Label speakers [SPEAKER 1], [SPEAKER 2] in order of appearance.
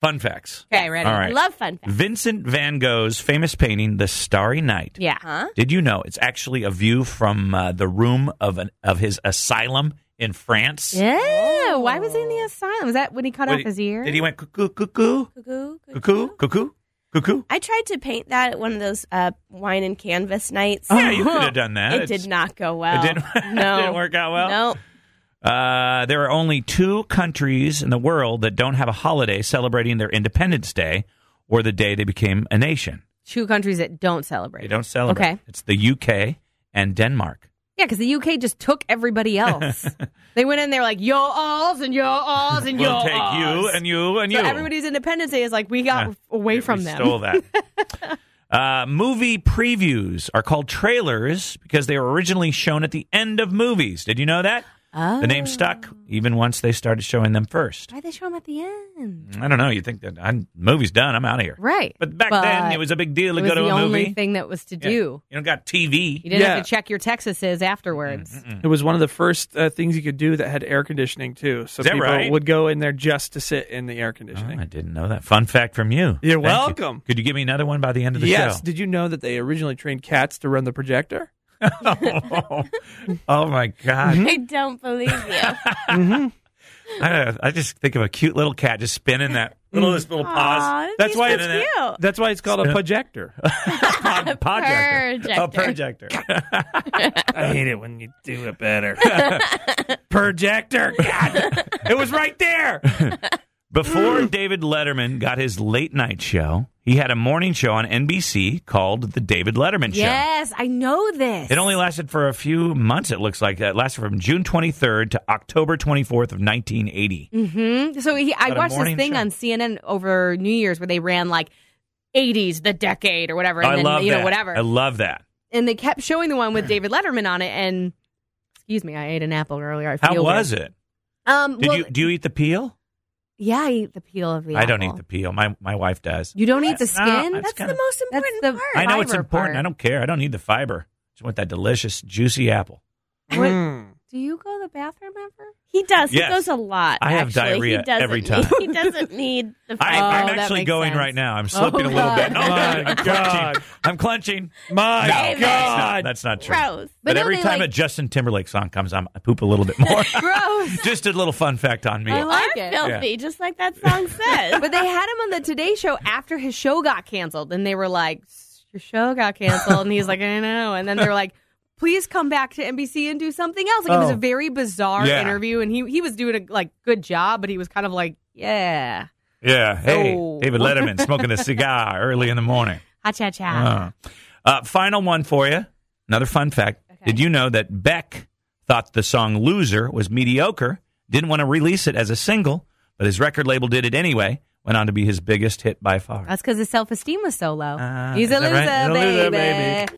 [SPEAKER 1] Fun facts.
[SPEAKER 2] Okay, ready.
[SPEAKER 1] All
[SPEAKER 3] I
[SPEAKER 1] right.
[SPEAKER 3] love fun facts.
[SPEAKER 1] Vincent van Gogh's famous painting, The Starry Night.
[SPEAKER 3] Yeah.
[SPEAKER 2] Huh?
[SPEAKER 1] Did you know it's actually a view from uh, the room of an, of his asylum in France?
[SPEAKER 3] Yeah. Why was he in the asylum? Was that when he cut
[SPEAKER 1] What
[SPEAKER 3] off
[SPEAKER 1] he-
[SPEAKER 3] his ear?
[SPEAKER 1] Did he went cuckoo, cuckoo,
[SPEAKER 2] Cuckoo,
[SPEAKER 1] cuckoo, cuckoo, cuckoo?
[SPEAKER 2] I tried to paint that at one of those uh, wine and canvas nights. Uh-huh.
[SPEAKER 1] Yeah, you could have done that.
[SPEAKER 2] It did not go well.
[SPEAKER 1] It didn't,
[SPEAKER 2] No.
[SPEAKER 1] it didn't work out well.
[SPEAKER 2] No.
[SPEAKER 1] Uh, there are only two countries in the world that don't have a holiday celebrating their Independence Day or the day they became a nation.
[SPEAKER 3] Two countries that don't celebrate.
[SPEAKER 1] They don't celebrate.
[SPEAKER 3] Okay.
[SPEAKER 1] It's the UK and Denmark.
[SPEAKER 3] Yeah, because the UK just took everybody else. they went in there like yo alls and yo alls and yo
[SPEAKER 1] we'll take
[SPEAKER 3] alls.
[SPEAKER 1] you and you and
[SPEAKER 3] so
[SPEAKER 1] you.
[SPEAKER 3] everybody's independence day is like we got
[SPEAKER 1] Yeah.
[SPEAKER 3] away
[SPEAKER 1] We
[SPEAKER 3] from them.
[SPEAKER 1] Stole that. uh, movie previews are called trailers because they were originally shown at the end of movies. Did you know that?
[SPEAKER 3] Oh.
[SPEAKER 1] The name stuck even once they started showing them first.
[SPEAKER 3] Why they show them at the end?
[SPEAKER 1] I don't know. You think that I'm, movie's done? I'm out of here.
[SPEAKER 3] Right.
[SPEAKER 1] But back then, it was a big deal to
[SPEAKER 3] it was
[SPEAKER 1] go to
[SPEAKER 3] the
[SPEAKER 1] a
[SPEAKER 3] only
[SPEAKER 1] movie.
[SPEAKER 3] thing that was to
[SPEAKER 1] Yeah.
[SPEAKER 3] do.
[SPEAKER 1] You don't got TV.
[SPEAKER 3] You didn't
[SPEAKER 4] Yeah.
[SPEAKER 3] have to check your Texases afterwards.
[SPEAKER 1] Mm,
[SPEAKER 4] It was one of the first uh, things you could do that had air conditioning too. So
[SPEAKER 1] Is that
[SPEAKER 4] people
[SPEAKER 1] right?
[SPEAKER 4] would go in there just to sit in the air
[SPEAKER 1] Oh,
[SPEAKER 4] conditioning.
[SPEAKER 1] I didn't know that. Fun fact from you. Thank you.
[SPEAKER 4] You're welcome.
[SPEAKER 1] Could you give me another one by the end of the
[SPEAKER 4] yes.
[SPEAKER 1] show?
[SPEAKER 4] Did you know that they originally trained cats to run the projector?
[SPEAKER 1] oh, my god!
[SPEAKER 2] I don't believe you.
[SPEAKER 1] I, I just think of a cute little cat just spinning that little this little paws.
[SPEAKER 2] Aw,
[SPEAKER 4] That's
[SPEAKER 2] he's
[SPEAKER 4] why
[SPEAKER 2] so
[SPEAKER 4] it's
[SPEAKER 1] in it.
[SPEAKER 2] cute.
[SPEAKER 4] Uh, That's why it's called a projector.
[SPEAKER 1] Pod, projector. A projector.
[SPEAKER 4] I hate it when you do it better. projector. God, it was right there.
[SPEAKER 1] Before David Letterman got his late night show, he had a morning show on NBC called The David Letterman Show.
[SPEAKER 3] Yes, I know this.
[SPEAKER 1] It only lasted for a few months, it looks like. It lasted from June 23rd to October 24th of 1980.
[SPEAKER 3] hmm So he, I
[SPEAKER 1] Got a
[SPEAKER 3] watched this
[SPEAKER 1] morning
[SPEAKER 3] thing
[SPEAKER 1] show.
[SPEAKER 3] on CNN over New Year's where they ran like 80s, the decade, or whatever. And
[SPEAKER 1] I
[SPEAKER 3] then,
[SPEAKER 1] love
[SPEAKER 3] you know,
[SPEAKER 1] that.
[SPEAKER 3] whatever.
[SPEAKER 1] I love that.
[SPEAKER 3] and they kept showing the one with David Letterman on it. And excuse me, I ate an apple earlier. I
[SPEAKER 1] How
[SPEAKER 3] feel
[SPEAKER 1] was
[SPEAKER 3] weird.
[SPEAKER 1] it?
[SPEAKER 3] Um,
[SPEAKER 1] Did
[SPEAKER 3] well,
[SPEAKER 1] you do you eat the peel?
[SPEAKER 3] yeah, I eat the peel of the.
[SPEAKER 1] I don't eat
[SPEAKER 3] apple.
[SPEAKER 1] the peel. My my wife does.
[SPEAKER 3] You don't eat the
[SPEAKER 1] No,
[SPEAKER 3] skin.
[SPEAKER 1] that's
[SPEAKER 2] That's
[SPEAKER 1] kinda-
[SPEAKER 2] the most
[SPEAKER 3] That's
[SPEAKER 2] important
[SPEAKER 3] the
[SPEAKER 2] part.
[SPEAKER 1] I know it's
[SPEAKER 3] fiber
[SPEAKER 1] important.
[SPEAKER 3] part.
[SPEAKER 1] I don't care. I don't need the fiber. Just want that delicious juicy apple.
[SPEAKER 3] What-
[SPEAKER 4] Mm.
[SPEAKER 3] do you go to the bathroom ever?
[SPEAKER 2] He does.
[SPEAKER 1] Yes.
[SPEAKER 2] He goes a lot.
[SPEAKER 1] I have
[SPEAKER 2] actually.
[SPEAKER 1] diarrhea
[SPEAKER 2] he doesn't
[SPEAKER 1] every
[SPEAKER 2] need-
[SPEAKER 1] time.
[SPEAKER 2] he doesn't need the
[SPEAKER 1] I, I'm
[SPEAKER 3] Oh, that
[SPEAKER 1] actually
[SPEAKER 3] makes
[SPEAKER 1] going
[SPEAKER 3] sense.
[SPEAKER 1] right now. I'm slipping a little
[SPEAKER 3] God.
[SPEAKER 1] bit. Oh,
[SPEAKER 4] My
[SPEAKER 1] I'm
[SPEAKER 4] God.
[SPEAKER 1] clenching. I'm clenching.
[SPEAKER 4] My
[SPEAKER 1] No,
[SPEAKER 2] David.
[SPEAKER 1] that's
[SPEAKER 4] God.
[SPEAKER 1] not, that's not true.
[SPEAKER 2] gross.
[SPEAKER 1] But,
[SPEAKER 3] But don't
[SPEAKER 1] every
[SPEAKER 3] they,
[SPEAKER 1] time
[SPEAKER 3] like-
[SPEAKER 1] a Justin Timberlake song comes, I'm, I poop a little bit more.
[SPEAKER 3] Gross.
[SPEAKER 1] Just a little fun fact on me.
[SPEAKER 3] I like
[SPEAKER 2] I'm
[SPEAKER 3] it.
[SPEAKER 2] filthy, just like that song says.
[SPEAKER 3] but they had him on the Today Show after his show got canceled, and they were like, "Your show got canceled," and he's like, "I know." And then they were like, "Please come back to NBC and do something else." Like it was
[SPEAKER 4] Oh.
[SPEAKER 3] a very bizarre
[SPEAKER 1] Yeah.
[SPEAKER 3] interview, and he he was doing a like good job, but he was kind of like, "Yeah,
[SPEAKER 1] yeah. Hey,
[SPEAKER 3] Oh.
[SPEAKER 1] David Letterman smoking a cigar early in the morning.
[SPEAKER 3] ha cha cha."
[SPEAKER 1] Uh, uh, final one for you. Another fun fact. Did you know that Beck thought the song Loser was mediocre, didn't want to release it as a single, but his record label did it anyway, went on to be his biggest hit by far.
[SPEAKER 3] That's because his self esteem was so low.
[SPEAKER 1] Ah,
[SPEAKER 3] he's a
[SPEAKER 1] is
[SPEAKER 3] loser,
[SPEAKER 1] that right? He's a loser,
[SPEAKER 3] baby.
[SPEAKER 1] baby.